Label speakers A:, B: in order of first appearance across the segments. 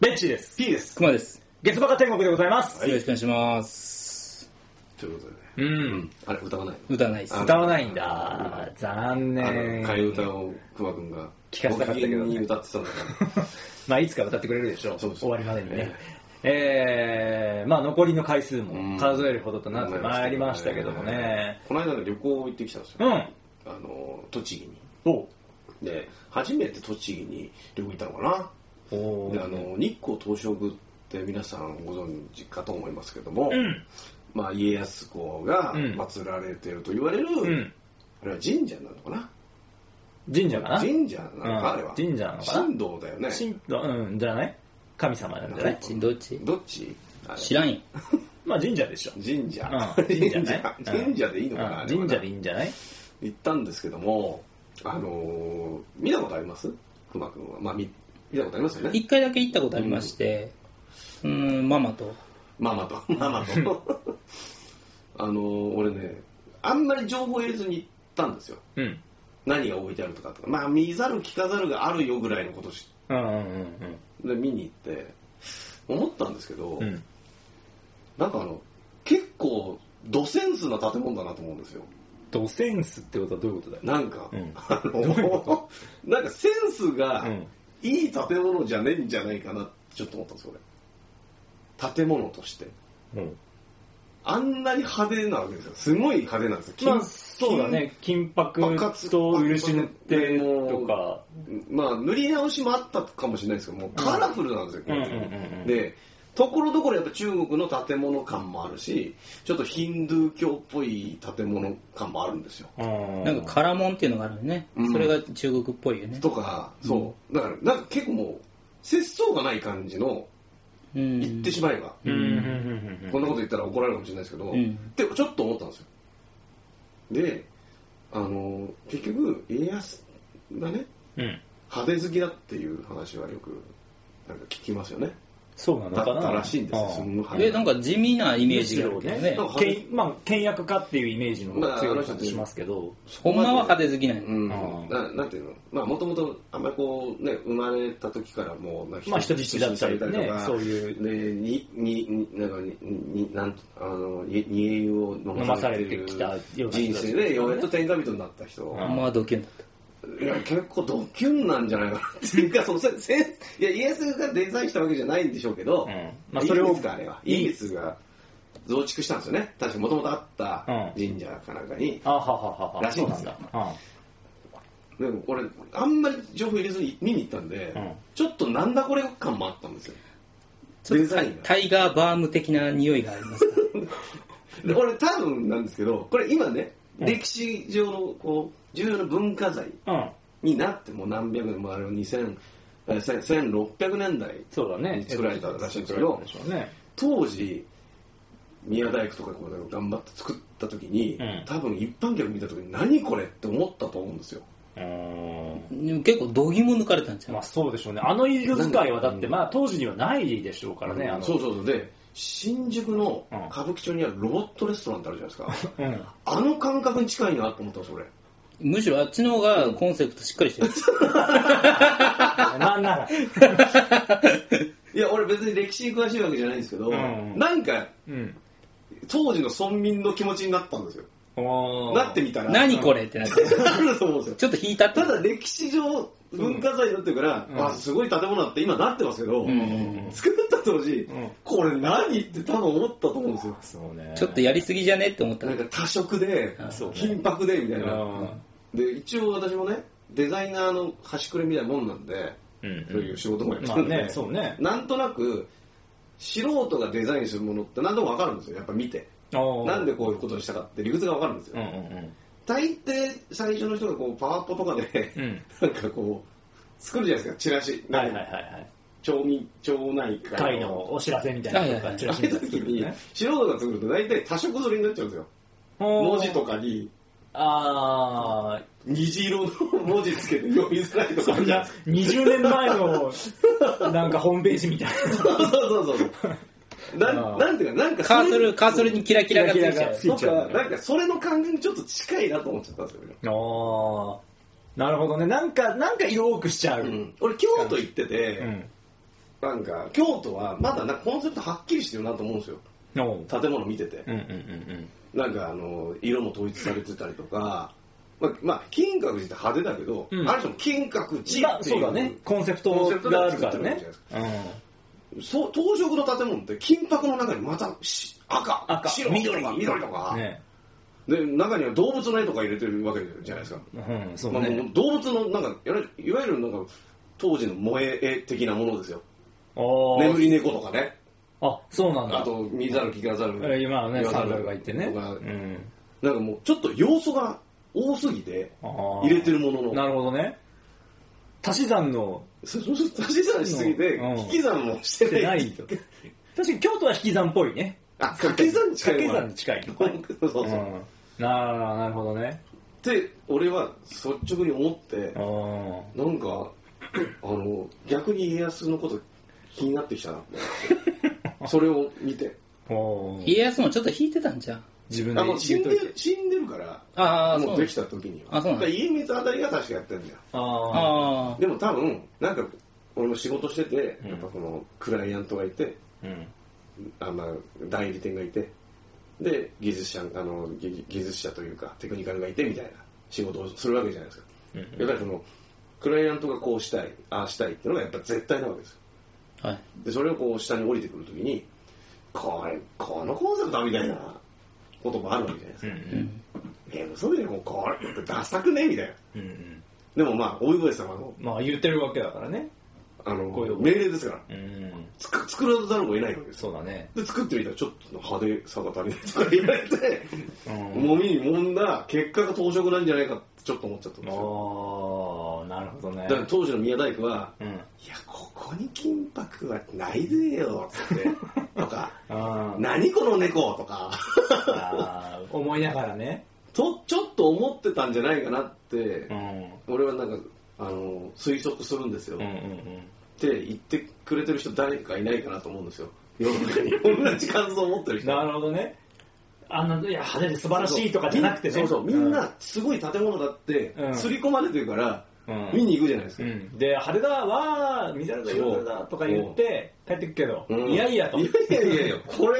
A: ベッチです。
B: P です。
C: 熊です。
A: 月馬鹿天国でございます。
C: よろしくお願いします。
B: ということで。
A: うん。
B: あれ、歌わない
C: 歌ないです。
B: あ
A: 歌わないんだ。残
B: あの、
A: 念。
B: 替え歌をくわくんが、
A: 聞かせたかったけどね
B: ご機嫌に歌ってたんだから。
A: まあ、いつか歌ってくれるでしょう。
B: そうそう
A: 終わりまでにね。えー、まあ残りの回数
B: うん
A: も数えるほどとなってまいりましたけどもね。
B: この間ね旅行行ってきたんですよ。
A: うん。
B: あの、栃木に。
A: お
B: で、初めて栃木に旅行行ったのか
A: お
B: な。で、あの、日光東照宮って皆さんご存知かと思いますけども、まあ、家康公が
A: うん
B: 祀られてると言われる、
A: うん。
B: あれは神社なのかな
A: 神社かな
B: 神社なの
A: うん
B: か、あれは。
A: 神社なのかな
B: 神道だよね。
A: 神道、うん、じゃない神様なんじゃない
C: どっちどっち
B: どっちあれ
C: 知らんよ。
A: まあ神社でしょ。
B: 神社、
A: うん 神社ね
B: 神社 神社でいいのかな、
A: う
B: あ
A: ん
B: れ
A: 神
B: はな
A: 社でいいんじゃない
B: 行ったんですけどもあのー見たことありますくまくんはまあ見見たことありますよね
C: 一回だけ行ったことありまして、うーん、ママと。
B: マ マとママと あのー俺ねあんまり情報入れずに行ったんですよ
A: うん。
B: 何が置いてあるとかとかまあ見ざる聞かざるがあるよぐらいのことし
A: うんうんうん
B: で見に行って思ったんですけど、
A: うん。うん。
B: なんかあの結構ドセンスな建物だなと思うんですよ
A: ドセンスってことはどういうことだよ。
B: なんか、
A: うん
B: あの なんかセンスが、
A: うん。
B: いい建物じゃねえんじゃないかなってちょっと思ったんですよ俺建物として
A: うん
B: あんなに派手なわけですよすごい派手なんですよ金
A: まあそうだね金箔と漆塗ってとか
B: まあ塗り直しもあったかもしれないですけどもうカラフルなんですよ、
A: うんうん
B: これ
A: うんうん
B: でところどころやっぱ中国の建物感もあるしちょっとヒンドゥー教っぽい建物感もあるんですよ
A: な
C: なんかカラモンっていうのがあるよね
B: うん。
C: それが中国っぽいよね。
B: とかそうだからなんか結構もう節操がない感じの
C: うん。
B: 言ってしまえば、
A: うんうんうん
B: こんなこと言ったら怒られるかもしれないですけど、
C: うん
B: ってちょっと思ったんですよであの結局家康がね
A: うんうん
B: 派手好きだっていう話はよくなんか聞きますよね
A: そうなの
B: だ
A: か
B: っ
A: な
B: たらしいんですよ
A: ああ
B: すんごい派手
C: え、なんか地味なイメージがあるけど
A: むし
C: ね
B: ろ。ね
A: けんまあ倹約家っていうイメージの方が強い感じしますけど
B: そこ
C: ほん
B: まで
C: まは派手好きなんよ
B: うん
A: ああ
B: ななんていうのまあもともとあんまりこうね生まれた時からもうなんか
A: まあ人質だったり
B: 人質
A: ねそういう
B: でににになんかにになんあのに煮え湯を飲
A: 飲
B: ま
A: ま
B: さ
A: さ
B: れ
A: れ
B: て
A: て
B: る
A: きたような人
B: 人
A: たち
B: 生でようやっと天下人になった人、
A: うん
C: まあ、ドキュンだっ
B: いや、結構ドキュンなんじゃないかなっていうか、そのせ、せ、いや、イエスがデザインしたわけじゃないんでしょうけど、
A: うんまあそれを
B: イギリスかあれは。イギリスが増築したんですよね。確かもともとあった
A: う
B: 神社かなんかに。
A: あはははは
B: らしいんです
A: そ
B: よ
A: うなんだ
B: でも俺、あんまり情報入れずに見に行ったんで、
A: うん
B: ちょっとなんだこれ感もあったんですよ。
C: た。
B: デザインが。
C: タイガーバーム的な匂いがあり ますか
B: で俺、多分なんですけど、これ今ね、歴史上のこう、重要な文化財
A: うんうん
B: になって、もう何百年もあれは2000、えー1000 1600年代
A: そうだね
B: に作られたらしいんですけど
A: 作られたんで
B: 当時宮大工とかこう頑張って作った時に、
A: うん
B: 多分一般客見た時に何これって思ったと思うんですよ
A: しょうねうん
C: ら。でも結構、度肝抜かれたんちゃ
A: ま
C: う
A: あそうでしょうね。あの色使いはだって、まあ当時にはないでしょうからね。あの
B: そうそうそうで新宿の
A: うん
B: 歌舞伎町にあるロボットレストランってあるじゃないですか
A: うん
B: あの感覚に近いなと思ったんです俺
C: むしろあっちの方がコンセプトしっかりしてる。
A: なんなら。
B: いや俺別に歴史に詳しいわけじゃないんですけど、
A: ん
B: なんか
A: うん。
B: 当時の村民の気持ちになったんですよなってみたら
C: 何これってなって。
B: なると思うんですよ
C: ちょっと引いたって
B: た。だ歴史上文化財になってるから、
A: うん
B: あすごい建物だって今なってますけど、
C: ん
B: 作った当時、
A: ん
B: これ何って多分思ったと思うんですよ
A: そうね。
C: ちょっとやりすぎじゃねって思った
B: なん。か多色で
C: あ
A: そうね
B: 金箔でみたいな、
A: うん
B: で一応私もねデザイナーの端くれみたいなもんなんで、
A: うん
B: そういう仕事もやって
A: ま
B: た
A: あ
B: んで、
A: ね、そうね。
B: なんとなく素人がデザインするものって何でも分かるんですよやっぱ見てな
A: なん
B: でこういうことにしたかって理屈が分かるんですよ、
A: うんうん
B: 大抵最初の人がこうパワポとかで、
A: うん。うん。
B: なんかこう作るじゃないですかチラシ
A: は
B: ないん
A: はい
B: か
A: はいはい。
B: 町民町内会
A: 会のお知らせみたいなのとか、チラ
B: あ
A: シ
B: あい
A: みた
B: う
A: いなの
B: 時
A: 作る
B: に
A: よね
B: 素人が作ると大体多色取りになっちゃうんですよ文字と。かに
A: ああ、
B: 虹色の文字つけて読みづらいとか
A: そんな20年前のなんかホームページみたい
B: そうそうそうそうな
A: あ
B: ん
A: ー
B: なんていうかなんか
C: カーソル、
B: ル
C: カーソルにキラキラがついちゃう。
A: キラキラがつい
B: と
A: ちゃう
B: かなんかそれの感じにちょっと近いなと思っちゃったんですよね、
A: な。ああ、なるほどね。なんか、なんか色多くしちゃう。
B: 俺京都行ってて、
A: うん。
B: なんか京都はまだなんかコンセプトはっきりしてるなと思うんですよ
A: おう
B: 建物見てて
A: うんうんうん
B: なんかあの色も統一されてたりとかまあ、まあ、金閣寺って派手だけど、
A: うん
B: ある種金閣
A: うん。
B: 寺
A: ま
B: っ
A: あ、
B: てい
A: そう
B: う,、
A: だね。コンセプトがあるからね。
B: そう東食の建物って金箔の中にまたし赤
A: 赤
B: 白緑とか緑と
A: う
B: か、
A: ん。ね。
B: で中には動物の絵とか入れてるわけじゃないですか、
A: うん、そう
B: まあ、も
A: ね。
B: う動物のなんかいわゆるいわゆるなんか当時の萌え絵的なものですよ
A: あ
B: 眠り猫とかね
A: あ。あ、そうなん
B: あ
A: だ。
B: と見ざる聞かざる
A: 今ね、
B: 言わざ
A: サ
B: る
A: ーバルがいてね。
B: とか
A: うん。
B: なんかもうちょっと要素が多すぎて
A: 入
B: 入れてるものの
A: なるほどね。足し算の
B: そう そうそう足し算しすぎて
A: うん
B: 引き算もして
A: して
B: な
A: ないい と。確かに京都は引き算っぽいね。
B: あ掛け算に近い
A: 掛け算に近いのかね。
B: そうそうそう、っ
A: んなあなるほどね。
B: て俺は率直に思って
A: う
B: なんかあの逆に家康のこと気になってきたなっ てそれを見て
A: ん。おー
C: 家康もちょっと引いてたんじゃん。
A: 自分で
B: あもう死んで
A: 言っといて
B: る死んでるから
C: ああ、
B: も
C: そうう
B: できた時には
C: あそうなんだ
B: だから家光あたりが確かやってんだよ
A: あ
C: あ
B: でも多分なんか俺も仕事してて、
A: うん
B: やっぱこのクライアントがいて
A: あ。うん。
B: あまあ代理店がいてで技術者あの技技術者というかテクニカルがいてみたいな仕事をするわけじゃないですか、
A: うん
B: やっぱりそのクライアントがこうしたいああしたいっていうのがやっぱ絶対なわけですよ
C: あ。はい。
B: でそれをこう下に降りてくるときにこれこのコンセプトみたいなこともあるわけじゃないです
A: う
B: か、
A: ん
B: えーそうでもこれダサくねみたいな
A: うん。うん。
B: でもまあ大井越様の
A: まあ言ってるわけだからね。
B: あの
A: こういうとこ
B: 命令ですから
A: うん。
B: つく作らざるを得ないわけです
A: そ
B: よ
A: うだね。
B: で作ってみたらちょっと派手さが足りないとか言われて
A: うん。
B: もみにもんだ結果が当色なんじゃないかってちょっと思っちゃったんですよ
A: ああ、なるほどね
B: だ。から当時の宮大工は
A: うん。
B: 「いやここに金箔はないぜよ」ってとか
A: あ
B: 「何この猫」とか
A: あー、思いながらね。
B: とちょっと思ってたんじゃないかなって
A: うん。
B: 俺はなんかあの推測するんですよ、
A: うんう
B: っ
A: ん
B: て言ってくれてる人誰かいないかなと思うんです よ世の中に同じ感想を持ってる
A: うん。
B: 人
A: なるほどね。あの、いや、派手で素晴らしいとかじゃなくてね。
B: そうそうみんなすごい建物だって
A: うん
B: 刷り込まれてるから、
A: うん、
B: 見に行くじゃないです
A: う
B: か、
A: ん、で、派手だ、わー、見ざるだ、
B: そう
A: 夜だだとか言って、帰ってくけど、
B: うん
A: いやいやと。
B: いやいやいやいやこれ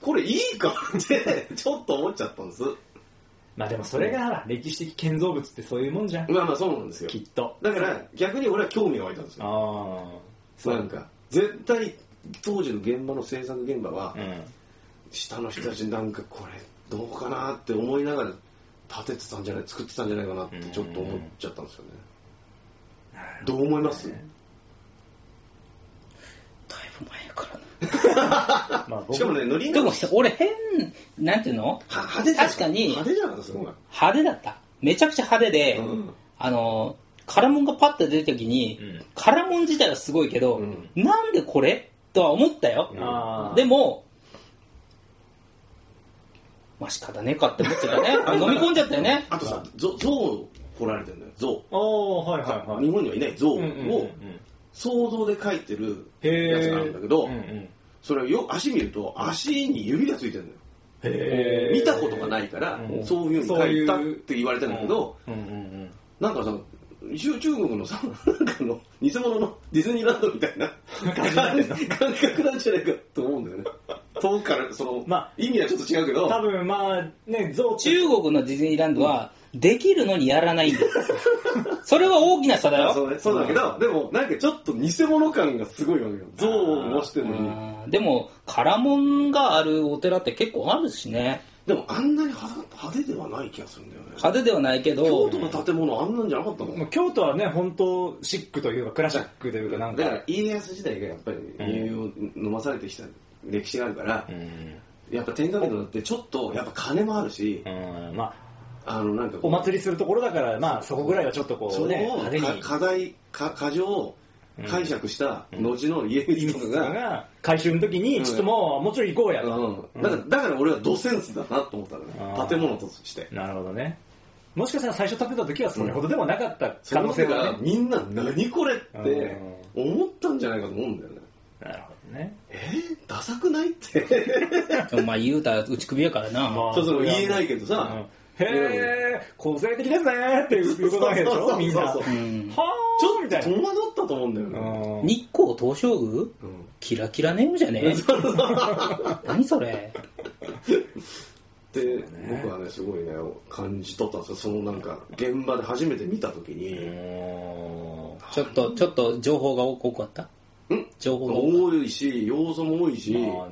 B: これいいかって ちょっと思っちゃったんです
A: まあでもそれがほら、歴史的建造物ってそういうもんじゃん、
B: まあまあそうなんですよ
A: きっと。
B: だから逆に俺は興味が湧いたんですよ
A: ああ、そ
B: なん
A: う。
B: か絶対当時の現場の制作現場は、
A: うん。
B: 下の人たちなんかこれどうかなって思いながら建ててたんじゃない作ってたんじゃないかなってちょっと思っちゃったんですよねどう思います
C: だいぶ前からな。
A: まあ
B: しかも
A: 僕、
B: ね塗り
C: で
B: 直
C: も
B: し
C: 俺変、なんていうの
B: は派手じゃん
C: 確かに
B: 派手じゃんすごい
C: 派手だった。めちゃくちゃ派手で、
B: うん
C: あの、カラモンがパッと出た時に、
A: うん
C: カラモン自体はすごいけど、
B: うん
C: なんでこれとは思ったよ。
A: あー
C: でも、まあ仕方ねえかって思ってたね。飲み込んじゃったよね。
B: あとさ象象を彫られてるんだよ象
A: ああ、はいはいはい。
B: 日本にはいない象
A: うんうんうん
B: を想像で描いてる
A: へー
B: やつがあるんだけど
A: うんうん
B: それをよ足見ると足に指がついてるんだよ
A: へー
B: 見たことがないから
A: うん
B: そういうふうに描いたって言われてるんだけど
A: うんうんうん。
B: なんかさ、中中国のさ、なんかの、偽物のディズニーランドみたいな感じ感覚なんじゃないかと思うんだよね。遠くから、その、
A: まあ
B: 意味はちょっと違うけ
A: 多
B: ど、
A: 分まあ、ね、像って
C: 中国のディズニーランドは、できるのにやらないんだよ。それは大きな差だよ。
B: そうね、そうだけど、でも、なんかちょっと偽物感がすごいわけよ。像を模してるのに。
C: うんでも、カラモンがあるお寺って結構あるしね。
B: でも、あんなに派派手ではない気がするんだよね。
C: 派手ではないけ
B: 京
C: ど、
B: 都の建物あんなんじゃなかったの
A: もう京都はね、本当シックというか、クラシックというか、なん
B: だか
A: か。
B: ら、家康時代がやっぱり、家を飲まされてきた歴史があるから、
A: うん。
B: やっぱ天下人だってちょっと、やっぱ金もあるし、
A: うん、まあ、
B: あの、なんかこ
A: お
B: う
A: 祭りするところだから、まあ、そこぐらいはちょっとこ、
B: そうれ
A: ね、
B: を
A: 派手
B: か
A: に。
B: 課題か過剰解釈した後の家
A: イ
B: 光
A: ミ
B: と
A: ス
B: か
A: とか
B: が、
A: が回収の時に、ちょっともう、もうちょい行こうや
B: う
A: と。
B: んだからだから俺はドセンスだなと思ったの
A: あ
B: ね
A: ー
B: 建物として
A: なるほどね。もしかしたら最初建てた時はそれほどでもなかった可能
B: そ
A: 性
B: の
A: が
B: 時は
A: ね。
B: みんな何これって思ったんじゃないかと思うんだよね
A: なるほどね。
B: えー、ダサくないって
C: でもまあ言うたら打ち首やからな。
A: まあ
B: そうそう言えないけどさ、
A: うんへえ、個性的ですねっていうことだけでし
B: そうそうそうそ
A: ょ、
B: う
A: みんな。は
B: そう
A: ー
B: そ
C: うん
A: みたい
B: 戸
A: な。
B: 惑ったと思うんだよね。
A: うん
C: 日光東照宮
B: うん
C: キラキラネームじゃねえ何それ
B: で、僕はねすごいね感じ取ったんですよそのなんか現場で初めて見た時に、
C: ちょっとちょっと情報が多かった
B: ん
C: 情報が多かっ
B: 多いし要素も多いし、
A: まあ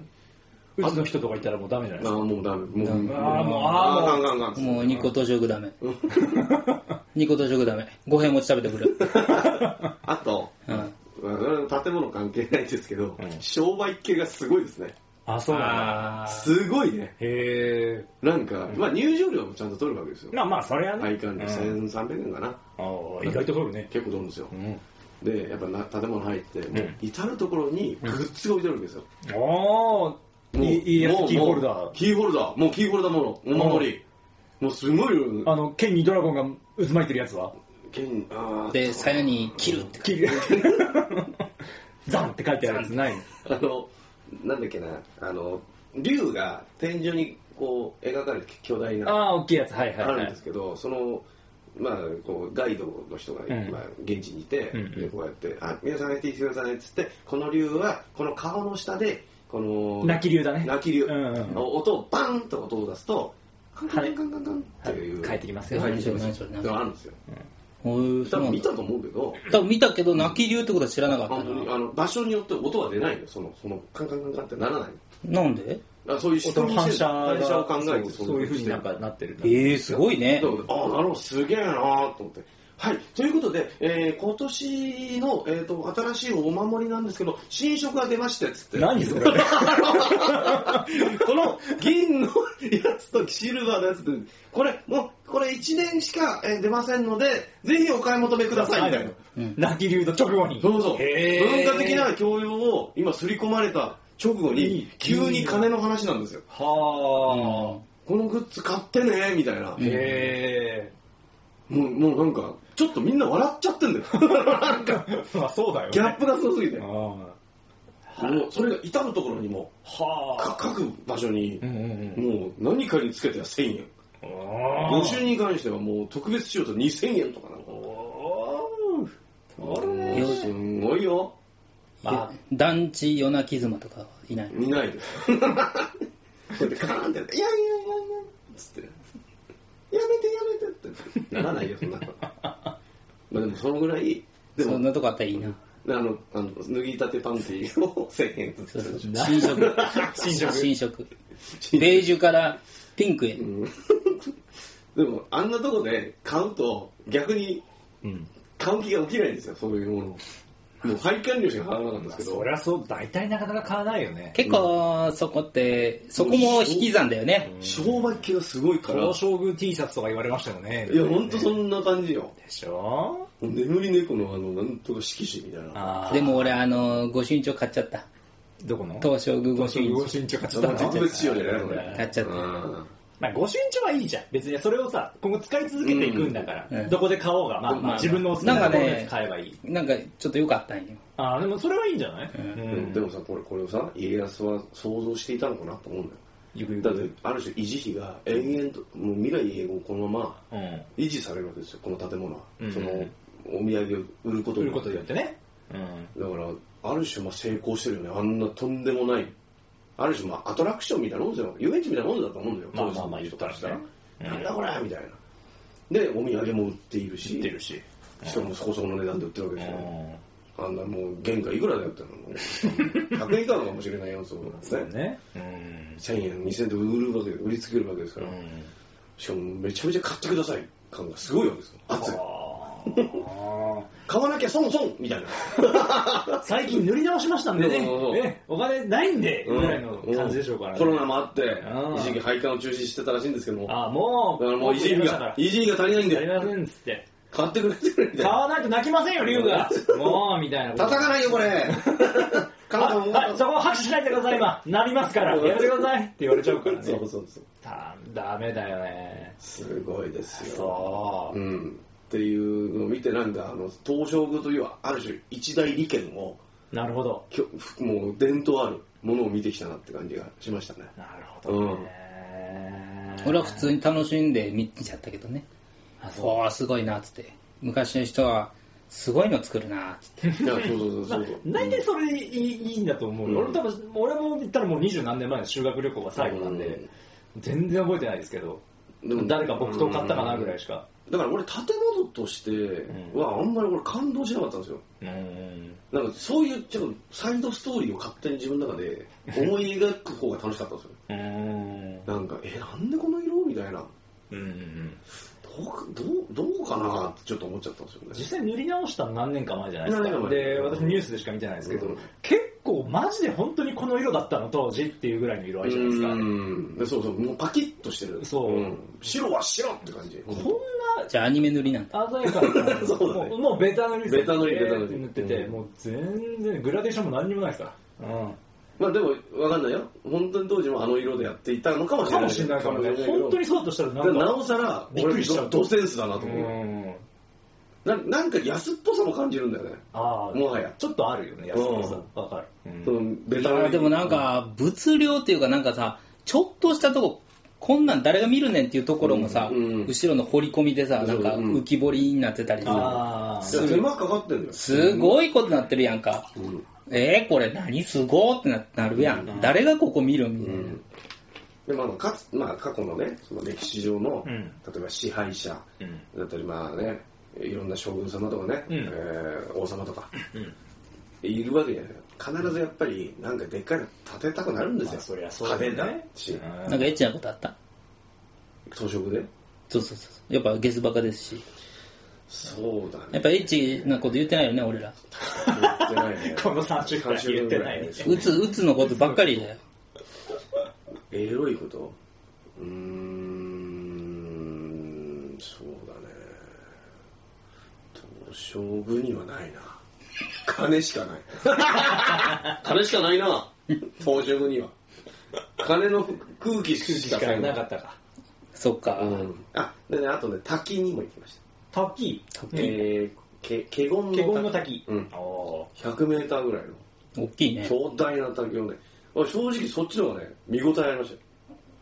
A: うちの人とかいたらもうダメじゃない
B: あ
A: で
B: あ
A: すか。
B: もうダメもう
A: ああ、もう、
B: あ
A: あ
B: ー
A: あ、
B: ガン
A: もう。
B: ガンガン
C: たもう日光東照宮ダメ日光東照宮ダメ五平餅食べてくる、
B: あと、
C: うん、
B: まあそれは建物関係ないですけど、商売系がすごいですね
A: あ、そうなんだ。
C: あー
B: すごいね
A: へえ。
B: なんか、まあ入場料もちゃんと取るわけですよ
A: まあまあ、それはね。
B: 配管で1300円かな、
A: あー意外と取るね。
B: 結構取るんですよ
A: うん。
B: でやっぱな建物入ってもう至る所にグッズが置いてあるわけですよ、
A: ああ、
B: もう
A: ES
B: もう
A: キーホル
B: も
A: ダ
B: う
A: ー。
B: キーホルダーもうキーホルダーものお守りもうすごいよ
A: あの、剣にドラゴンが渦巻いてるやつ は
B: 剣あー
C: で鞘に切るって
A: 切る。ザンって書いてあるやつないの
B: あのなんだっけなあの竜が天井にこう描かれて巨大な
A: ああ、大きいやつ。はいはい
B: あ
A: は
B: る
A: い
B: んです。けど、その、まあ、こうガイドの人が、
A: ん
B: まあ、現地にいて、
A: うんうん
B: でこうやって「あ皆さん入ってきてください」っつってこの竜はこの顔の下でこの
A: 泣き竜だね。
B: 泣き竜
A: うんうん
B: の音をバンと音を出すとカンカンカンカンカンカンっていう、
A: 帰ってきます
C: よ
B: 帰ってきま
C: 何
B: す
C: それ何それ
B: でもあるんですよ
C: ほうそ
B: 多
C: う
B: 分
C: なん
B: 見
C: だ
B: たと思うけど
C: 多分見たけど泣き流ってことは知らなかった
B: 本当に
C: な
B: あの場所によって音は出ないよそのそのカンカンカンカンってならないの
C: なんで
B: だからそういう
A: 音の反射
B: 反射を考えて
A: そうそういうふうになんかなってるな
C: ええすごいね
B: そうああ、なるほど、すげえなと思って。はい、ということで、えー今年の、えー、と新しいお守りなんですけど、新色が出ましてっつって、
A: 何それ
B: この銀のやつとシルバーのやつで、これ、もう、これ1年しか、えー出ませんので、ぜひお買い求めくださいみ たいな。
A: 泣き流の直後に
B: そうそう。
A: へー
B: 文化的な教養を今、刷り込まれた直後
A: い
B: に
A: い、
B: 急に金の話なんですよ。
A: は
B: このグッズ買ってね、みたいな。
A: あへ
B: もう、もうなんか、ちょっとみんな笑っちゃってんだよ。なんか、
A: えまあそうだよね
B: ギャップがすごすぎて。
A: あー
B: も
A: は
B: う、それが至るところにも、か
A: あ
B: 各場所に
A: う、んうんうん
B: もう何かにつけては1000円。
A: あ
B: 募集に関してはもう特別仕様と2000円とかなの
A: あれ
B: もうすんごいよ。
A: ま
C: 団地夜泣き妻とかはいない
B: 見ないで。こうやってカーンってやって、いやいやいやいや、つって。やめてやめてって。ならないよ、そんなの。まあでもそのぐらい、で
C: そ
B: も
C: ん、なとこあったらいいな
B: あの、あの脱ぎたてパンティを1000円ずつ
C: そうそう
A: な
C: 新色 新色新色ベージュからピンクへ
B: でもあんなとこで買うと逆に
A: あうん
B: 買う気が起きないんですよそういうものをもう配管料しか払わなかったんですけど、
A: そりゃそう大体なかなか買わないよね
C: 結構そこってそこも引き算だよね
B: 商売系がすごいから
A: 東照宮 T シャツとか言われましたよね
B: いやほんとそんな感じよ
A: でしょ
B: 眠り猫のあのなんとか色紙みたいな
A: あー
C: でも俺あの御朱印帳買っちゃった
A: どこの
C: 東照宮御朱印
A: ご
C: 帳
A: 身長買っちゃったの
B: 特別仕様じゃないのこれ
C: 買っちゃっ
B: う
C: た
B: ん
A: まあ、ご身長はいいじゃん。別にそれをさ、今後使い続けていくんだから、
C: うんうん
A: どこで買おうが、まあ、
C: まあ
A: 自分のお好きなところのやつ買えばいい。
C: なんかちょっと良かったんよ
A: ああ、でもそれはいいんじゃない、
C: ん
B: でもでもさこれこれをさ家康は想像していたのかなと思うんだよ
A: ゆくゆ
B: だっ
A: く。
B: てある種維持費が延々ともう未来永劫このま
A: う
B: ま
A: ん。
B: 維持されるわけですよこの建物は、
A: うん
B: そのお土産を売ること
A: 売
B: に
A: る
B: よ
A: こと
B: っ
A: に
B: て
A: よってね。うん。
B: だからある種まあ成功してるよねあんなとんでもないある種まあアトラクションみたいなもんですよ遊園地みたいなもんだと思うんだよ
A: まあまあまあ
B: 当時の人からした
A: 言ったら
B: ら
A: ね
B: なんだこれみたいなでお土産も売っているし
A: 売ってるし。
B: しかもそこそこの値段で売ってるわけ
A: う
B: ですよ
A: ん。
B: あんなもう原価いくらだよっ てのもう100円以下のかもしれないよそうなんです
A: そう
B: ね
A: ね。うん。
B: 1000円2000円で売るわけで売りつけるわけですから、しかもめちゃめちゃ買ってください感がすごいわけですよ
A: あ
B: 圧が
A: ー
B: 買わなきゃ損損みたいな
A: 最近塗り直しましたんでね
B: そうそうそ、う
A: ねお金ないんで、ぐらいの感じでしょうからね。
B: コロナもあって
A: ん
B: 一時期配管を中止してたらしいんですけどもだか
A: ああ、もう、
B: らもう維持費が維持費が足りないん
A: やりま
B: で
A: せんっつって。
B: 買ってくれてるみたい
A: 買
B: な
A: わないと泣きませんよ、龍が。もう、みたいなこと。
B: 叩かないよ これカンカン
A: はい、そこを拍手しないでください、今。なりますから、やめてくださいって言われちゃうから
B: そ
A: ね
B: う。そうそう
A: たダメだよね。
B: すごいですよ
A: そう。
B: うんっていうのを見てなんかあの東照宮というある種一大利権を
A: なるほど。
B: きょ もう伝統あるものを見てきたなって感じがしましたね
A: なるほどね。
C: 俺は普通に楽しんで見ちゃったけどね。
A: あそう
C: おお、すごいな、つって。昔の人は、すごいの作るな、つって。
B: いやそうそうそうそう
A: 大体それいいいいんだと思うよ、
B: うん
A: 俺多分俺も言ったらもう二十何年前の修学旅行が最後なんで、
B: うん
A: 全然覚えてないですけど
B: でも
A: 誰か木刀買ったかなぐらいしか
B: だから俺建物としてはあんまり俺感動しなかったんですよ
A: うん
B: なんかそういうちょっとサイドストーリーを勝手に自分の中で思い描く方が楽しかったん ですよ
A: うん
B: なんかえなんでこの色みたいな
A: うん
B: どうかどうどうかなってちょっと思っちゃったんですよね
A: 実際塗り直したの何年か前じゃないです
B: 何年
A: か
B: か前
A: で私ニュースでしか見てないですけど、
B: うん
A: 結構マジで本当にこの色だったの当時っていうぐらいの色合いじゃないですか、
B: うんそうそうもうパキッとしてる
A: そうん
B: 白は白って感じ
A: こんな
C: じゃあアニメ塗りなんだ。
A: 鮮やかな
B: そうだね
A: もうもうベタ塗りですよ
B: ベタ塗りベタ塗り
A: えーって塗ってて、
B: うん
A: もう全然グラデーションも何にもないですから、うん
B: まあでもわかんないよ本当に当時もあの色でやっていたのかもしれ
A: か
B: ない
A: もしれないからね
B: けど
A: 本当にそうだとしたら
B: だ
A: な
B: か
A: ん
B: ら
A: か
B: なおさら
A: びっくりしちゃう
B: 俺ドドセンスだなと思う、
A: うん
B: ななんか安っぽさも感じるんだよね
A: ああ
B: もはや
A: ちょっとあるよね安ささわかる、うん
B: そのベ
C: い
B: タ
C: やでもなんか、物量っていうか、なんかさ、ちょっとしたとこ、こんなん誰が見るねんっていうところもさ、
B: うんうん
C: 後ろの彫り込みでさ、
B: そ
C: な
B: うん
C: か
B: うん
C: 浮き彫りになってたりさ、
A: あ
B: い
A: あ
B: や手間かかってんだよ
C: すごいことなってるやんか。
B: うん
C: えー、これ何すごーってななるやん。誰がここ見るみたいな。
B: でまあかつまあ、過去のねその歴史上の、
A: うん
B: 例えば支配者
A: うん
B: だったりまあねいろんな将軍様とかね、
A: うん
B: えー王様とか、いるわけじゃない必ずやっぱりなんかでっかいの建てたくなるんですよ、
A: まあそりゃそうだよね
B: 派手だし
A: うん
C: なんかエッチなことあった
B: 装飾で
C: そうそうそう。やっぱゲスバカですし。
B: そうだ
C: やっ
B: ね
C: ぱエッチなこと言ってないよね、俺ら。
B: 言ってないね
A: この30回言ってないね
C: うつ、うつのことばっかりだよ。
B: エロいことうーんそうだね東証部にはないな金しかない 金しかないな東証部には金の空気し
A: し
B: か
A: かなかったか
C: そっか。
B: うん、あでねあとね滝にも行きました
A: 滝
B: えー、け華厳の
A: 華厳の滝、
B: うん
A: お
B: 100メーターぐらいの
C: 大きいね。
B: 壮大な滝をね俺正直そっちの方がね見応えありましたよ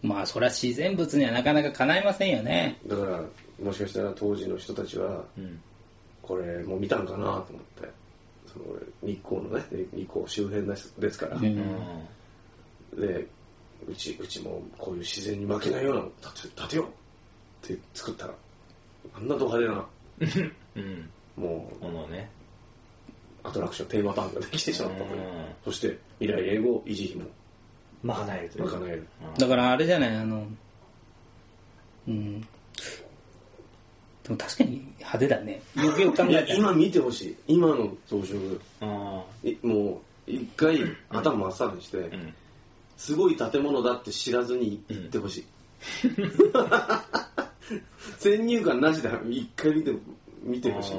C: まあ、そりゃ自然物にはなかなか叶いませんよね。
B: だからもしかしたら当時の人たちは
A: ーうん
B: これもう見たんかなと思ってその日光のねで日光周辺ですですから、
C: うん
A: うん
B: でうちうちもこういう自然に負けないようなの建て建てようって作ったらあんなド派手な
A: うん
B: もう
A: このね
B: アトラクションテーマパークができてしまったとい
A: う
B: う
A: ん
B: そして未来英語維持費も
A: まかないというか
B: 賄える
C: だからあれじゃない、あの、うん。でも確かに派手だね。よくよく考
B: いや
C: えたら。
B: 今見てほしい今の装飾
A: うん
B: いもう一回頭真っさらにして、
A: ん
B: すごい建物だって知らずに行ってほしい、先入観なしで一回見て見てほし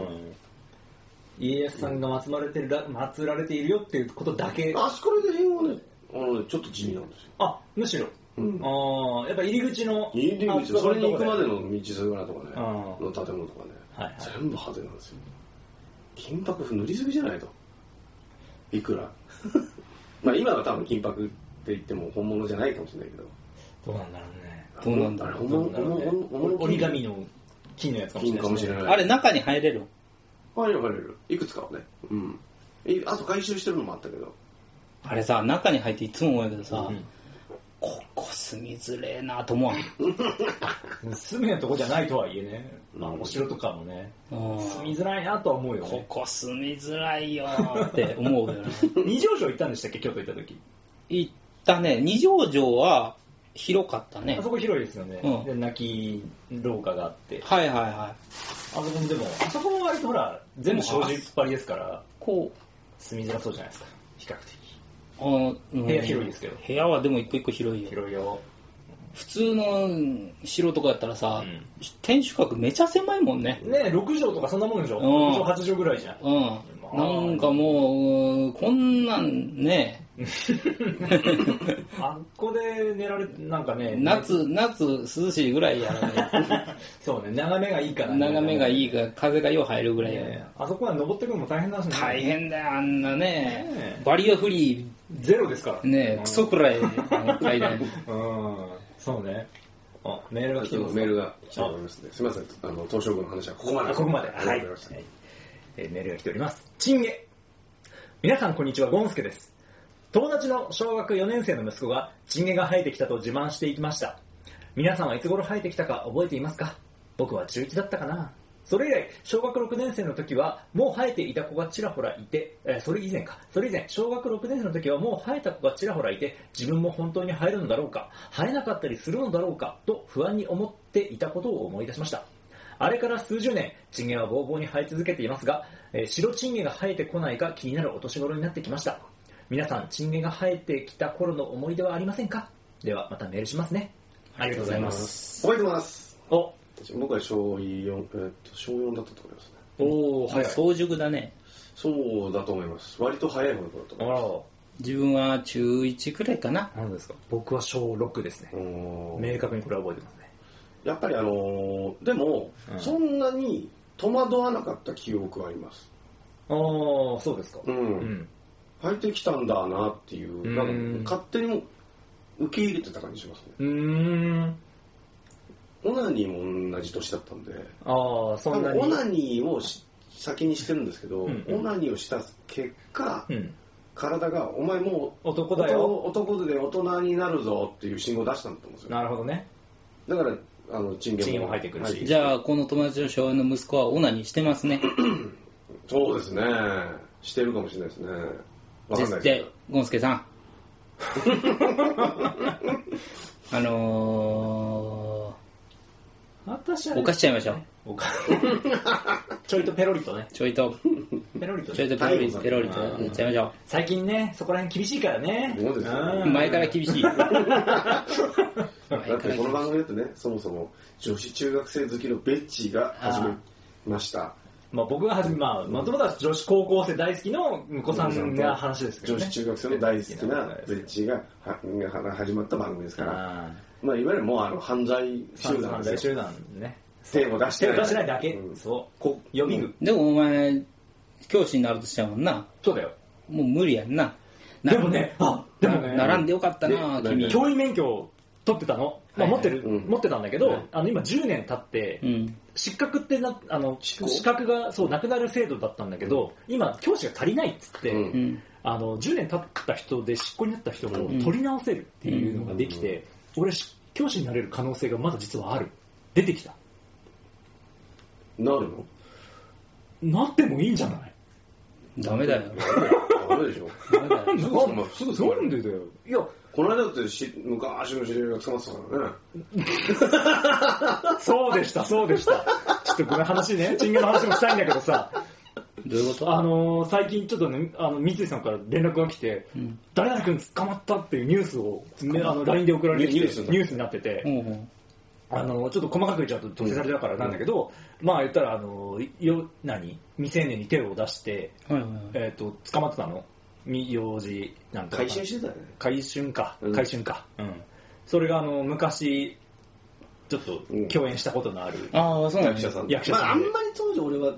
B: い
A: 家康さんが祀られてるら祀られているよっていうことだけ
B: あそこら辺はねあのねちょっと地味なんですよ、
A: あむしろ
B: うん、
A: ああやっぱ入り口の
B: 入り口
A: あ
B: それに行く
A: こ
B: ま
A: こ
B: での道桜とかね
A: う
B: の建物とかね、
A: はいはい
B: 全部派手なんですよ金箔塗りすぎじゃないといくら まあ今は多分金箔って言っても本物じゃないかもしれないけど
A: どうなんだろうね
C: どうなんだ
B: あれ
C: ろ
B: 本物本物
A: ね
B: 本物
A: 折り紙の金のやつかもしれ
B: 金
A: ない
B: かもしれ
A: い
B: な
C: う
B: い
C: んあれ中に入れる
B: 入れる入れるいくつかはねうんいあと回収してるのもあったけど
C: あれさ、中に入っていつも思うけどさ、
A: うん
C: ここ住みづれえなと思わん。
A: 住むとこじゃないとはいえねまあお城とかもね
C: うん
A: 住みづらいなとは思うよ
C: こ
A: ね
C: こ住みづらいよーって思 うよね。
A: 二条城行ったんでしたっけ京都行った時
C: 行ったね。二条城は広かったね
A: あ。そこ広いですよね、
C: うん
A: で泣き廊下があってあ
C: はいはいはい。
A: そこもでもあそこも割とほら全部障子っぱりですから
C: こ
A: 住みづらそうじゃないですか比較的
C: う、あのうん
A: 部屋広いですけど
C: 部屋はでも一個一個広いよ。
A: 広いよ
C: 普通のうん城とかやったらさ、
A: うん
C: 天守閣めちゃ狭いもんね。
A: ねえ6畳とかそんなもんでしょ、
C: うん
A: 6畳8畳ぐらいじゃん
C: うん。なんかもう、こんなんね、
A: あっこで寝られてなんかね
C: 夏、夏涼しいぐらいやらね。
A: そうね眺めがいい からね、
C: 眺めがいい
A: か
C: が、風がよう入るぐらいやね
A: あそこは登ってくるのも大変だし、ね、
C: 大変だよ、あんな
A: ね
C: ね
A: え。
C: バリアフリ
A: ゼロですから
C: ー、ね、クソくらいの階段。
A: うんそうねあ、メールが来て
B: ちょ
A: ま
B: っと
A: す。
B: メールが来て
A: あ
B: おりますので、すみません、あの、東証部の話はここまで。
A: あここまで。
B: あり
A: は
B: がと
A: い。
B: う
A: は
B: ございました。
A: いえーメールが来ております。チンゲ。皆さん、こんにちは。ゴンスケです。友達の小学4年生の息子が、チンゲが生えてきたと自慢していきました。皆さんはいつ頃生えてきたか覚えていますか僕は中1だったかな。それ以来、小学6年生の時は、もう生えていた子がちらほらいて、えーそれ以前か。それ以前、小学6年生の時はもう生えた子がちらほらいて、自分も本当に生えるのだろうか、生えなかったりするのだろうか、と不安に思っていたことを思い出しました。あれから数十年、チンゲはボーボーに生え続けていますが、えー白チンゲが生えてこないか気になるお年頃になってきました。皆さん、チンゲが生えてきた頃の思い出はありませんかでは、またメールしますね。ありがとうございます。
B: 覚えてます。
A: お、
B: 僕は小4、えっと、小4だったと思いますね。
A: おー、早い。
C: 早熟だね。
B: そうだと思います。割と早い方だと
A: あ
B: 思いま
A: ら、
C: 自分は中1くらいかな。
A: 何ですか僕は小6ですね
B: す。う。ーん
A: 明確にこれは覚えてますね。
B: やっぱりあのーでも、
A: うん
B: そんなに戸惑わなかった記憶はあります。
A: あー、そうですか。
B: う。
A: うんん。
B: 入ってきたんだなっていうう、
A: ん
B: なんか勝手にも受け入れてた感じしますね。
A: うーん。
B: オナニーも同じ年だったんで、
A: あー、そ
B: 多
A: んな
B: 分
A: に。
B: オナニーをし先にしてるんですけど、
A: うんうん
B: オナニーをした結果、
A: うん。
B: 体が、お前もう
A: 男だよ。
B: 男男で大人になるぞっていう信号を出したんだと思うんですよ。
A: なるほどね。
B: だから、あの、チンゲ
A: チンゲも入ってくるし
B: はい
C: じゃあ、この友達の小4の息子はオナニーしてますね。
B: そうですね。してるかもしれないですね。わかんないです
C: で
B: けど。、
C: ゴンスケさん。あの
A: 私は
C: ー、
A: ね
C: 犯しちゃいましょう。
A: おか ちょいとペロリとね。
C: ちょいと、
A: ペロリとね
C: ちょいとペロリ、ペロリとやっちゃいましょ
A: 最近ね、そこら辺厳しいからね。
B: そうですよね
C: う。前から厳しい。前から
B: だってこの
C: 厳し
B: 番組だとね、そもそも女子中学生好きのベッチーが始めました。
A: まあ僕がはじめ、まあ、まともとは女子高校生大好きの婿さんが話ですけど
B: 女
A: ね。
B: 子中学生の大好きなベッチーがはが始まった番組ですから、
A: ああ。
B: まあ、いわゆるもうあの犯罪
A: 集
B: 集団
A: 団
B: で
A: 大
B: すよ。
A: 集団ね。
B: 手を出して
A: 手を
B: ない。
A: 出してないだけ。
B: うん
A: そう。こ予備軍。
C: いでもお前、教師になるとしたもんな。
A: そうだよ。
C: もう無理やんな。な
A: でもね、あ、でもね、
C: 並んでよかったな、
B: で
C: 君。
A: 教員免許を取ってたの。まあ持ってる、
B: うん
A: 持ってたんだけ
B: う
A: ど
B: ん、
A: あの今10年経って
C: う、ん。
A: 失格ってな、あの、
B: 格
A: 資格が、そう、なくなる制度だったんだけど、今、教師が足りないっつって、
B: うん
C: うん。
A: あの10年経った人で執行になった人も
B: うん
A: 取り直せるっていうのができて、俺教師になれる可能性がまだ実はある出てきた
B: なるの
A: なってもいいんじゃない
C: ダメだよ。
B: ダメでし ょ。
C: ダメだよ。
B: すぐ捕まるすぐ捕まる
A: なんでだよいや
B: この間だってし昔の知り合いが捕まってたからね。
A: そうでしたそうでしたちょっとこの話ね賃金の話もしたいんだけどさ
C: どういうこと
A: あのー最近ちょっとねあの三井さんから連絡が来て、
C: うん
A: 誰々君捕まったっていうニュースを、ね、あの LINE で送られてきて
B: ニュースになった
A: ニュースになってて、
C: うんうん
A: あのちょっと細かく言っちゃうと特定されちゃうからなんだけど、まあ言ったらあのよ何未成年に手を出して、
C: はいはいはい。
A: えー、と捕まってたのみ幼児なんとか
B: 回収してたよね。
A: 回春か
B: うん
A: 回春か、うんそれがあの昔ちょっと
B: うん
A: 共演したことのある、
C: ああ、そうなん
B: 役
C: だ
B: 者さん。
A: 役者さん
B: まあ、あんまり当時俺は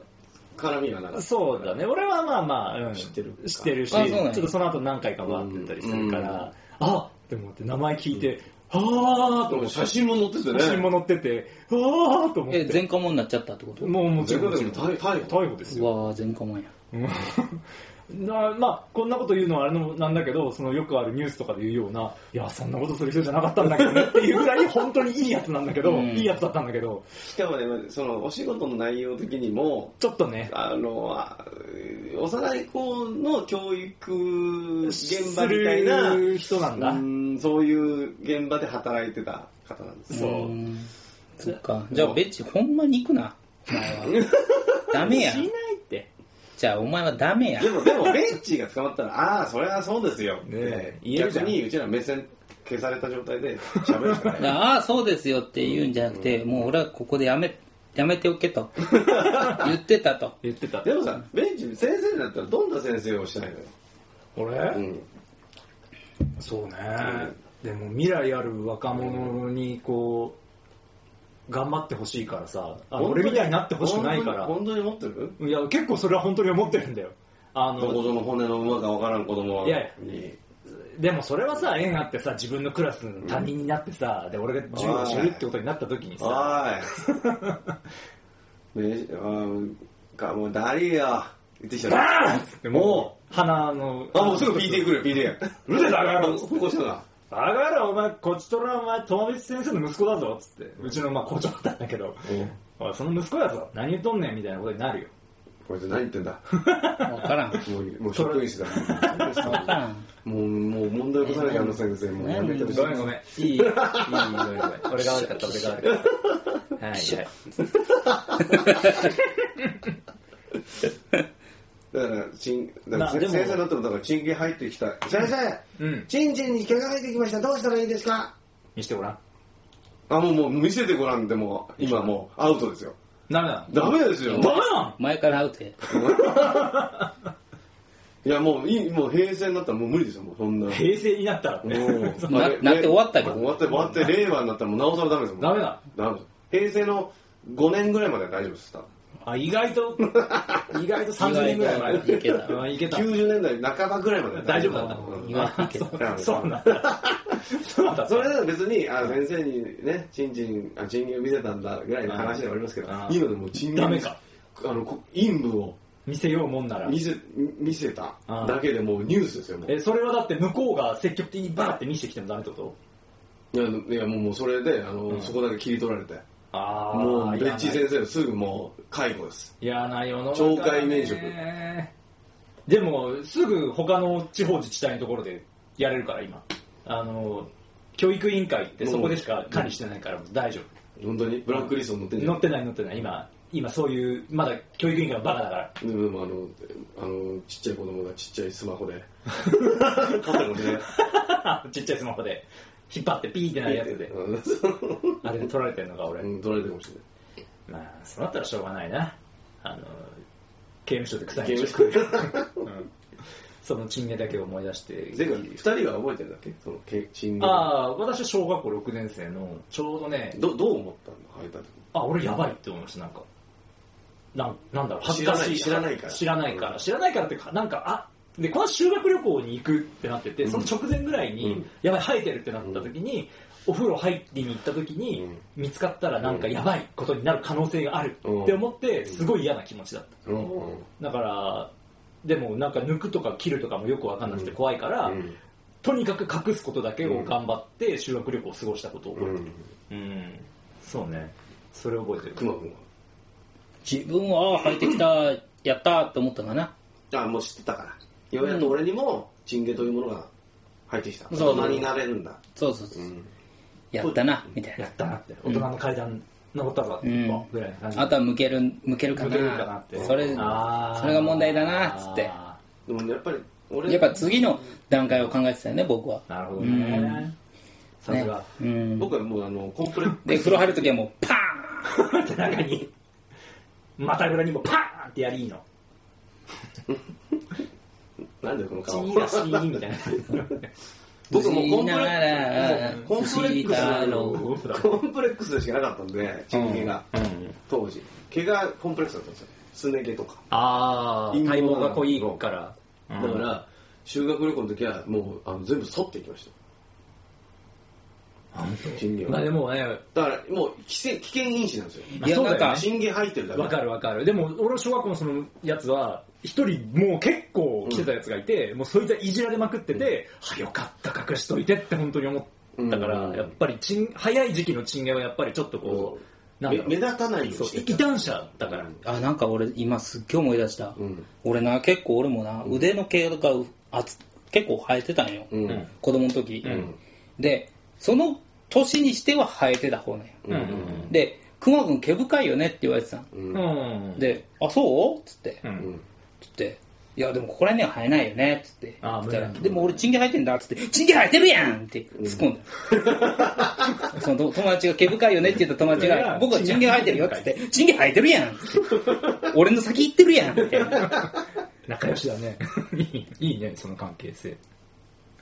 B: 絡みがなかった。
A: そうだね俺はまあまあ、うん、
B: 知ってる
A: 知ってるしち
C: あそうなん
A: ょ
C: や
A: っとその後何回かも会ってたりするから、
B: うん
A: あっって思って名前聞いて、あーと
B: で
A: 思
B: も
A: って
B: 写真も載っててね。
A: 写真も載っててあーと思っ
C: え、
A: て
C: 前科者になっちゃったってこと
A: もうもち
B: 全
A: ろん
B: 国
A: も
B: で
A: ちろ
B: も
A: ん
B: 逮逮捕。
A: 逮捕です
C: う
A: よ。
C: わー前科者や。
A: なまあ、こんなこと言うのはあれのなんだけど、そのよくあるニュースとかで言うような、いや、そんなことする人じゃなかったんだけどねっていうぐらい本当にいいやつなんだけど、
C: うん
A: いいやつだったんだけど、
B: しかもね、そのお仕事の内容的にも、
A: ちょっとね、
B: あの、あ幼い子の教育現場みたいな、
A: する人なんだ。
B: うんそういう現場で働いてた方なんです
A: そう
C: ーん。そっか。じゃあ、ベッチ、ほんまに行くな。お前はダメや
A: し。ないって。
C: じゃあ、お前はダメや
B: で。も、でも、ベンチが捕まったら、ああー、それはそうですよ。
A: ねえ言えるじ
B: 逆
A: ゃん
B: に、うちら目線消された状態で喋るしか
C: だ
B: ない。
C: ああ、そうですよって言うんじゃなくて、もう俺はここでやめ、やめてお けと。言ってたと。
A: 言ってた。
B: でもさ、ベンチ、先生だったらどんな先生をしたいのよ。
A: 俺、
B: うん。
A: そうね、でも未来ある若者にこう、頑張ってほしいからさ、あの俺みたいになってほしくないから、
B: 本当に本当に持ってる
A: いや、結構それは本当に思ってるんだよ。あ
B: どこ
A: の、
B: ぞの骨の馬かわからん子供
A: いやい
B: に。
A: でもそれはさ縁あってさ自分のクラスの担任になってさ、で俺が授業を知るってことになった時にさ
B: おい ねあーかもうだりーよ言ってきた
A: バ
B: ね
A: ーンっつってもう鼻の
B: あもうすぐ PT 来る PT
A: うるせえバカ野郎
B: 歩行者が
A: バカ野郎お前こっちとらお前友達先生の息子だぞっつってうちのまあ校長だったんだけどおいその息子やぞ何言っとんねんみたいなことになるよ
B: こいつ何言ってんだ
C: わからん。わ
B: もうもう職員室だ
C: からん。
B: もうもう問題起こさなきゃあの先生もうやめてほしい
A: ごめんごめんいいいいいいごめんごめん俺が悪かった俺が悪かったはいはい
B: だから、チン、だから
A: まあで
B: 先
A: も
B: 生になっても、だから、チンゲ入ってきた。先生、
A: うん
B: チンチンに毛が入ってきました。どうしたらいいですか
A: 見してごらん
B: あ、もう、もう、見せてごらんでも、今もう、アウトですよ。
A: ダメだ
B: ダメですよ。
A: ダメだ
C: 前から会うて。
B: いや、もう、いい、もう、平成になったらもう無理ですよ、もう、そんな。も
A: 平成になったら
B: う
A: ね
C: な
B: れ
C: なって終わったけど
B: 終わって、終わって、令和になったらもう、なおさらダメですよ。もう
A: ダメだ。
B: ダメです。平成の5年ぐらいまでは大丈夫です。多分
A: あ意外と意外と30年ぐらい前
C: 意外といけた
A: うんいけた
B: 90年代半ばぐらいまでは
A: 大丈夫だった
B: うん
C: 意外といけた
A: あそうそうなんだそうなんだ
B: それなら別に、あ先生にね、チンチン、あ、チンゲン見せたんだぐらいの話ではありますけど
A: あ、ー
B: 今でもチンゲン。
A: ダメか。
B: あの、こ陰部を
A: 見せようもんなら
B: 見せ、見せた
A: あー
B: だけでもうニュースですよ、もう。
A: えそれはだって向こうが積極的にバーって見せてきてもダメってこと
B: いや、いやもうもうそれで、あの、
A: うん
B: そこだけ切り取られて。
A: ああ
B: もう、ベッチ先生すぐもう、解雇です。
A: 嫌な世の中
B: 懲戒免職
A: でもすぐ他の地方自治体のところでやれるから今あの教育委員会ってそこでしか管理してないから大丈夫
B: 本当に、ブラックリストに載ってんじゃ
A: 乗
B: ん
A: っ。てない乗ってない今今そういうまだ教育委員会のバカだから
B: でもあの、あの、ちっちゃい子供がちっちゃいスマホで、買ったのね。
A: あちっちゃいスマホで引っ張ってピーってなるやつで
B: うん そう
A: あれで撮られてるのか俺、
B: うん、取られてるかもしれない。
A: まあそうなったらしょうがないなあの刑務所で臭い
B: 刑務
A: 飯
B: 所
A: 食うよ、うんそのチンゲだけを思い出して
B: 前回、二人は覚えてるんだっけその、けチンゲン。
A: ああー私は小学校6年生のちょうどね
B: どどう思ったの履いた時
A: あ俺やばいって思いましたなんかなんなんだろう恥ずかしい
B: 知らない知らないから
A: 知らないから知らないからっていうかなんかあでこの修学旅行に行くってなってて、その直前ぐらいに、
B: うん
A: やばい生えてるってなった時に、お風呂入りに行った時に、
B: うん
A: 見つかったらなんかやばいことになる可能性があるって思って、すごい嫌な気持ちだった
B: うんうん
A: だからでもなんか抜くとか切るとかもよく分かんなくて怖いから、
B: うん
A: とにかく隠すことだけを頑張って修学旅行を過ごしたことを覚えてる
B: うん
A: うんそうねそれ覚えて
B: く
A: る
B: まくん
C: 自分は、ああ、入ってきた、やったーって思ったかな。
B: はあもう知ってたからようやく俺にもチンゲというものが入ってきた
C: そ
B: 大
C: うそう
B: 人になれるんだ
C: そうそうそう。やったな、みたい
A: や
C: な
A: っ。たなって大人の階段登ったぞって一歩ぐらいの感じ
C: あとは向ける、向けるか
A: 抜けるかな
C: な
A: って。
C: それ、それ
A: あー
C: が問題だな、つって。
A: あ
B: でもやっぱり俺
C: やっぱ次の段階を考えてたよね、僕は。
A: ーなるほどねさすが
C: ねうん。
B: 僕はもうあのコンプレック
C: で、風呂入るときはもう、パ
A: 背中にまたぐらにもパーンってやりいいの
B: スなんでこの
A: チ
B: 顔
A: ーがシーンみたい な
C: ーン
B: 僕もうコンプレ
C: なが
B: ッ
C: ら
B: クス、コンプレック
C: 藤井太郎
B: スコンプレックスでしかなかったんでチンゲが当時毛がコンプレックスだったんですよすね毛とか
A: ああ
B: ー
A: 体毛が濃いから
B: だから修学旅行の時はもうあの全部剃っていきましたチンゲ
A: まあ
B: は
A: でもね
B: だからもう危険危険因子なんですよ
A: まあ
C: いや
A: そうだよね
C: なんか
B: チンゲ入ってるだけ
A: わかるわかる。でも、俺の小学校のそのやつは、一人もう結構来てたやつがいて、もうそいつはいじられまくってて、はよかった、隠しといてって本当に思ったから、
B: うん
A: やっぱりちん、早い時期のチンゲはやっぱりちょっとこう、なん
B: め
A: だろう
B: 目立たないよう
A: そう
B: にして
A: 異端者だから。
C: ーンあ、なんか俺、今すっげえ思い出した。
B: ん
C: 俺な、結構俺もな、腕の毛があつ結構生えてたんよ。
B: うん
A: ん
C: 子供の時、で、その年にしては生えてた方ね。
A: うん。
C: で、熊くん毛深いよねって言われてたの
B: うん
A: うん。
C: で、あ、そうつって、
A: う
C: つ
A: ん、
C: って、いや、でもここら辺には生えないよねつって。
A: あ
C: 言ったら
A: 無理
C: でも俺チンゲ生えてんだつって、チンゲ生えてるやんって突っ込んだ。 その友達が毛深いよねって言った友達
A: いや
C: が、僕はチンゲ生えてるよつって、チンゲ生えてるやんつって俺の先行ってるやんって
A: 仲良しだね。 いいいいね、その関係性。
C: っ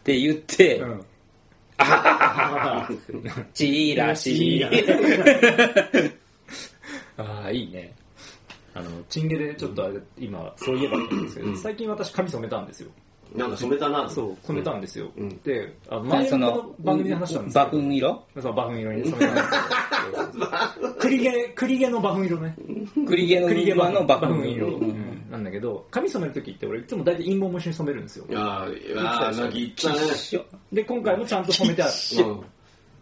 C: て言って、
A: うん。あ
C: チーラシ ー。
A: あー、いいね。あの、チンゲでちょっとあれ、今、そういえばなんですけど、最近私髪染めたんですよ。
B: なんか染めたな
A: そう染めたんですよ、
B: うん
A: であの
C: 何
A: 前
C: そ
A: にこ
C: の
A: の番組で話したんです
C: バブン色
A: そう馬糞色に染めたんですよ栗毛栗毛の馬糞色ね
C: 栗毛の
A: 栗毛
C: 馬のバブン
A: 糞色、
C: 色。
A: う
C: うん
A: ん、なんだけど髪染める時って俺いつも大体陰謀も一緒に染めるんですよ
B: あーあーなんか言ったね
C: 一緒
A: で今回もちゃんと染めてある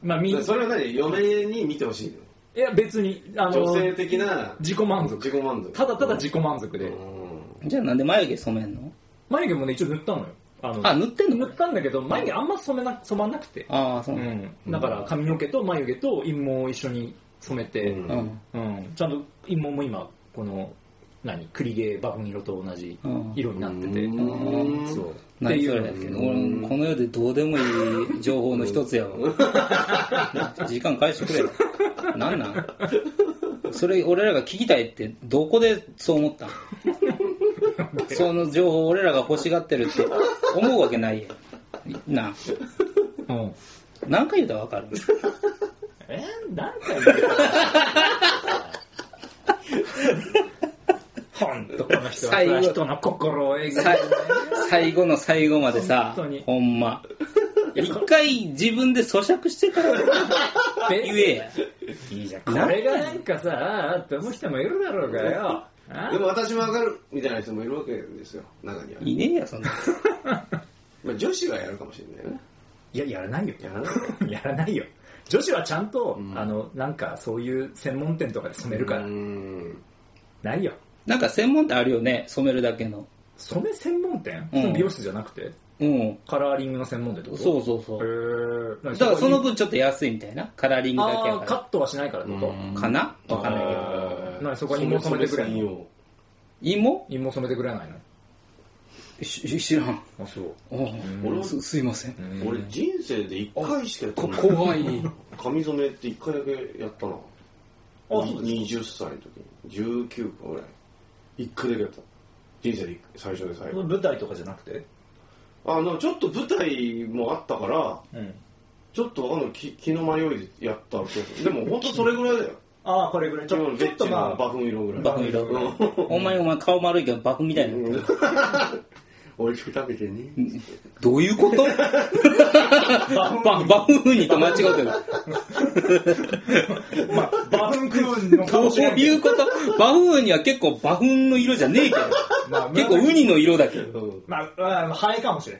A: まあみ
B: うんそれは何嫁に見てほしい
A: いや別にあ
B: の
A: の
B: 女性的な
A: 自己満足
B: 自己満足
A: ただただ自己満足で、
B: うん
C: じゃあなんで眉毛染めんの
A: 眉毛もね一応塗ったのよあの
C: あ塗ってんの
A: 塗ったんだけど眉毛あんま染めな染まんなくて、
C: ああ、そううなんだ
A: ん、だから髪の毛と眉毛と陰毛を一緒に染めて、
B: うん
C: うん。
A: うん、ちゃんと陰毛も今この何栗毛バフン色と同じ色になってて、
B: うん
A: そうって
C: 何
A: い
C: それ
A: う
C: だっけ俺この世でどうでもいい情報の一つやわ時間返してくれよなんなんそれ俺らが聞きたいってどこでそう思ったんその情報俺らが欲しがってるって思うわけないやんなあ
A: うん
C: 何回言うたらわかる
A: えー、なんか 言う本当この人は
C: 最後
A: さ人の心をえぐる
C: さい最後の最後までさ
A: 本当に
C: ほんま一回自分で咀嚼してから言えや
A: いいじゃんこれがなんかさあーって思う人もいるだろうがよあ
B: でも私もわかるみたいな人もいるわけですよ中にはい
C: ねえやそんなやつ
B: まあ女子はやるかもしれないよね
A: いややらないよ
B: やらない
A: やらないよ女子はちゃんと、あのなんかそういう専門店とかで染めるから、
B: うん
A: ないよ
C: なんか専門店あるよね染めるだけの
A: 染め専門店、
C: うん
A: 美容室じゃなくて
C: うん
A: カラーリングの専門店ってこと
C: そうそうそう
A: うへえ
C: だからその
A: 分
C: 分ちょっと安いみたいなカラーリングだけや
A: あーカ
C: か
A: ットはしないからってこと
C: らかなわかんないけど
B: あー
A: なにそこに妹が出てくれんの
B: それそれ専用
C: 芋
A: 芋染めてくれないの
C: し知らん
A: あそう
C: お
B: 俺
C: う
B: も
C: すすいません
B: 俺人生で一回しかやったことない
C: 怖いうん
B: 髪染めって一回だけやったなあ
A: そう
B: 20歳の時に19かぐらい一回だけやった人生で一最初で最後
A: 舞台とかじゃなくて
B: あのちょっと舞台もあったから
A: うん
B: ちょっとわかんない気気の迷いでやったけどでも本当それぐらいだよ
A: ああこれぐらいち
B: 今
A: ょ
B: のベ
A: ちょっ
B: ッチ
A: と
B: の
A: ま
B: バ
A: あ
B: フン色ぐらい
C: バフ色お前お前顔丸いけどバフみたいになってる
B: 美味しく食べてね
C: どういうことババフにと間違ってる
A: まあバフンクーンの
C: ど
A: 顔
C: う
A: して
C: いうことバフには結構バフの色じゃねえけど
A: まあ
C: 結構ウニの色だけど
B: うん
A: まああハエかもしれん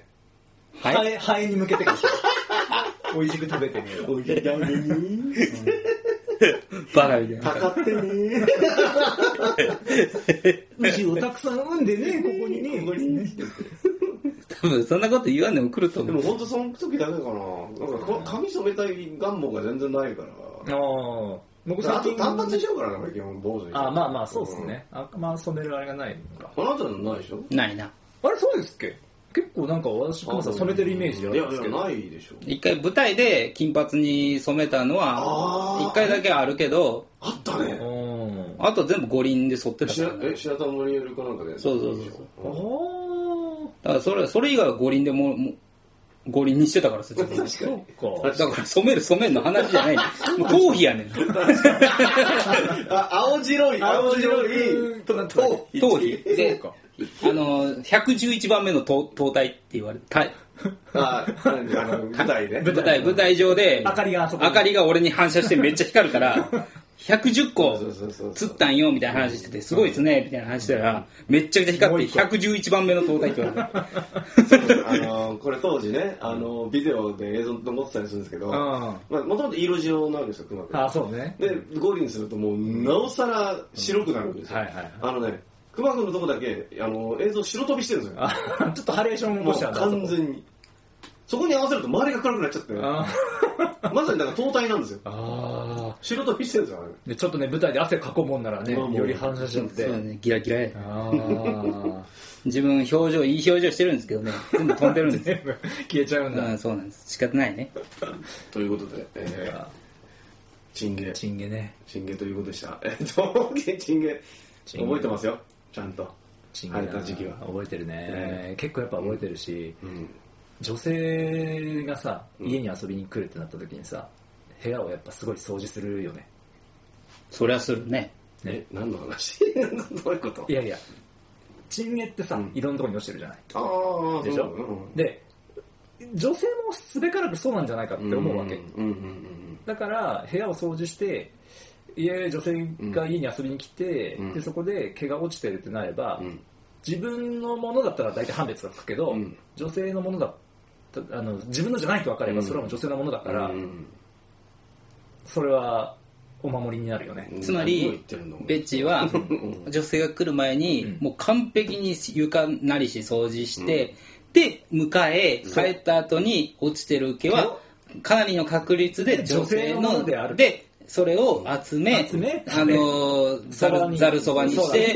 A: ハ
C: はい
A: エハエに向けてかもし れん美味しく食べてね
B: 美味しく食べてね
C: バカみたいな
B: たかってね
A: 牛をたくさん産んでねここにね
C: 多分そんなこと言わんでも来ると
B: で
C: 思
B: も
C: う
B: 本当その時だけかななんかこ髪染めたい願望が全然ないから
A: ああ僕
B: あ
A: 最
B: と
A: 近
B: 単発にしようからな基本坊主に
A: あまあまあそうですね、あんま染めるあれがないのか
B: うんあなたのないでしょ
C: ないな
A: あれそうですっけ結構なんか私熊さん染めてるイメージあ
B: い
A: るん
B: や
A: ですけ
B: い
A: ど
B: やないでしょ
C: 一回舞台で金髪に染めたのは
B: あー
C: 一回だけあるけど
B: あったね
A: うん
C: あと全部五輪で剃ってたか
B: 白
C: らね
B: え白田森よりかなんかで
C: そうそうそうそう
A: あー
C: だからそれそれ以外は五輪でももう五輪にしてたからさ自分で
A: そっか
C: だから染める染めるの話じゃないの頭皮やねん
B: あ青白い青白い
A: と
C: 頭皮頭皮
A: そう
C: で
A: か
C: あの111番目の頭頭体って言われてた
B: あ何あの舞台ね
C: 舞台舞台上で
A: 明かりがあそこに
C: 明かりが俺に反射してめっちゃ光るから110個
B: そうそうそうそう
C: 釣ったんよみたいな話しててすごいですねみたいな話したらめっちゃくちゃ光って111番目の灯台って言われ た
B: あのこれ当時ねあのビデオで映像残ってたりするんですけど
A: うん
B: もともと色白なんですよ熊くん
A: あそうね
B: でゴリにするともうなおさら白くなるんですよ、
A: うんはいはいはい
B: あのね熊くんのとこだけあの映像白飛びしてるんですよ
A: あちょっとハレーション起
B: も
A: こ
B: う
A: したんだ
B: 完
A: あそこ
B: 全にそこに合わせると周りが暗くなっちゃって
A: あ
B: まさにだから灯体なんですよ
A: ーあ
B: 白飛びしてるんですよあれ
A: ーでちょっとね舞台で汗かこうもんならね
B: まあもう
A: より反射しちゃって
C: そうだねギラギラや
A: ああ
C: 自分表情いい表情してるんですけどね全部飛んでるんです よ
A: 全部消えちゃうん
C: う
A: だ
C: んそうなんです仕方ないね
B: ということで、えー、チンゲ
A: チンゲね
B: チンゲということでしたえっと チンゲ
A: チンゲ
B: 覚えてますよちゃんと
A: チンゲ
B: 晴れた時期は
A: 覚えてるね結構やっぱ覚えてるし
B: うん
A: 女性がさ家に遊びに来るってなった時にさ部屋をやっぱすごい掃除するよね
C: そりゃするね
A: ね
B: え何の話 どういうこと
A: いやいやチンゲってさ、
B: うん
A: いろんなところに落ちてるじゃない
B: ああ
A: でしょ
B: そうだうん
A: で女性もすべからくそうなんじゃないかって思うわけ、
B: うんうんうん
A: だから部屋を掃除して家女性が家に遊びに来て、
B: うん
A: でそこで毛が落ちてるってなれば、
B: うん
A: 自分のものだったら大体判別がつくけど、
B: うん
A: 女性のものだったあの自分のじゃないと分かれば
B: うん
A: それはもう女性のものだから、
B: うん
A: それはお守りになるよね、
C: つまり
B: 何を言ってるの
C: ベッチーは
B: ん
C: 女性が来る前に、
A: うん
C: もう完璧に床なりし掃除して、で迎え
B: そう
C: 帰った後に落ちてる毛はかなりの確率で女性
A: 女性のも
C: の
A: のである
C: でそれを集め
A: 集め
C: あのーざ
A: 皿に
C: るざるそばにして
A: そうだね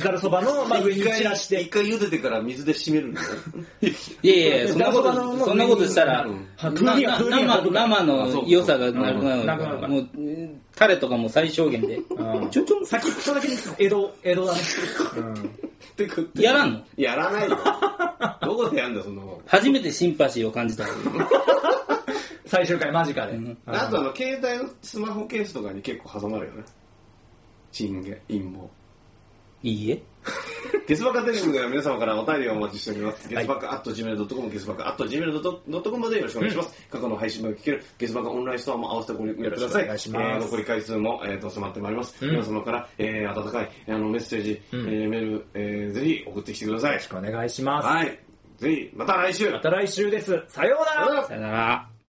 A: ざるそば の、まあ、上に散らし
B: 一
A: て
B: 回茹でてから水で締めるんだよ
C: いや いやそんなこ
A: ざるそばの上
C: と
A: に
C: そんなことしたら、
B: うん
C: な
A: 風味が
C: な
A: 風味が
C: 生生
B: あそう
C: の
B: か
C: 良さがなくな
A: う
C: る
A: んなくなるから
C: もううんタレとかも最小限で
A: うん
C: ちょちょ
A: 先っぽだけ江戸江 戸だね、
B: って食って
C: やらんの
B: やら ないよどこでやんだよそんなもん
C: 初めてシンパシーを感じた
A: 最終回間近で、
C: うん
B: あとあの携帯のスマホケースとかに結構挟まるよねチンゲ陰謀
C: いいえ
B: ゲスバカテレビでは皆様からお便りをお待ちしております。ゲスバカアット Gmail.com、ゲスバカアット Gmail.com までよろしくお願いします。過去の配信も聞けるゲスバカオンラインストアも合わせてご利用ください。
A: よろしくお願いします
B: えー残り回数も、えーと迫ってまいります。
A: うん
B: 皆様から、えー温かい、えーあのメッセージ、
A: うん
B: えーメール、えーぜひ送ってきてください
A: よろ。しくお願いします、
B: はい。ぜひ、また来週
A: また来週ですさようなら
C: さよなら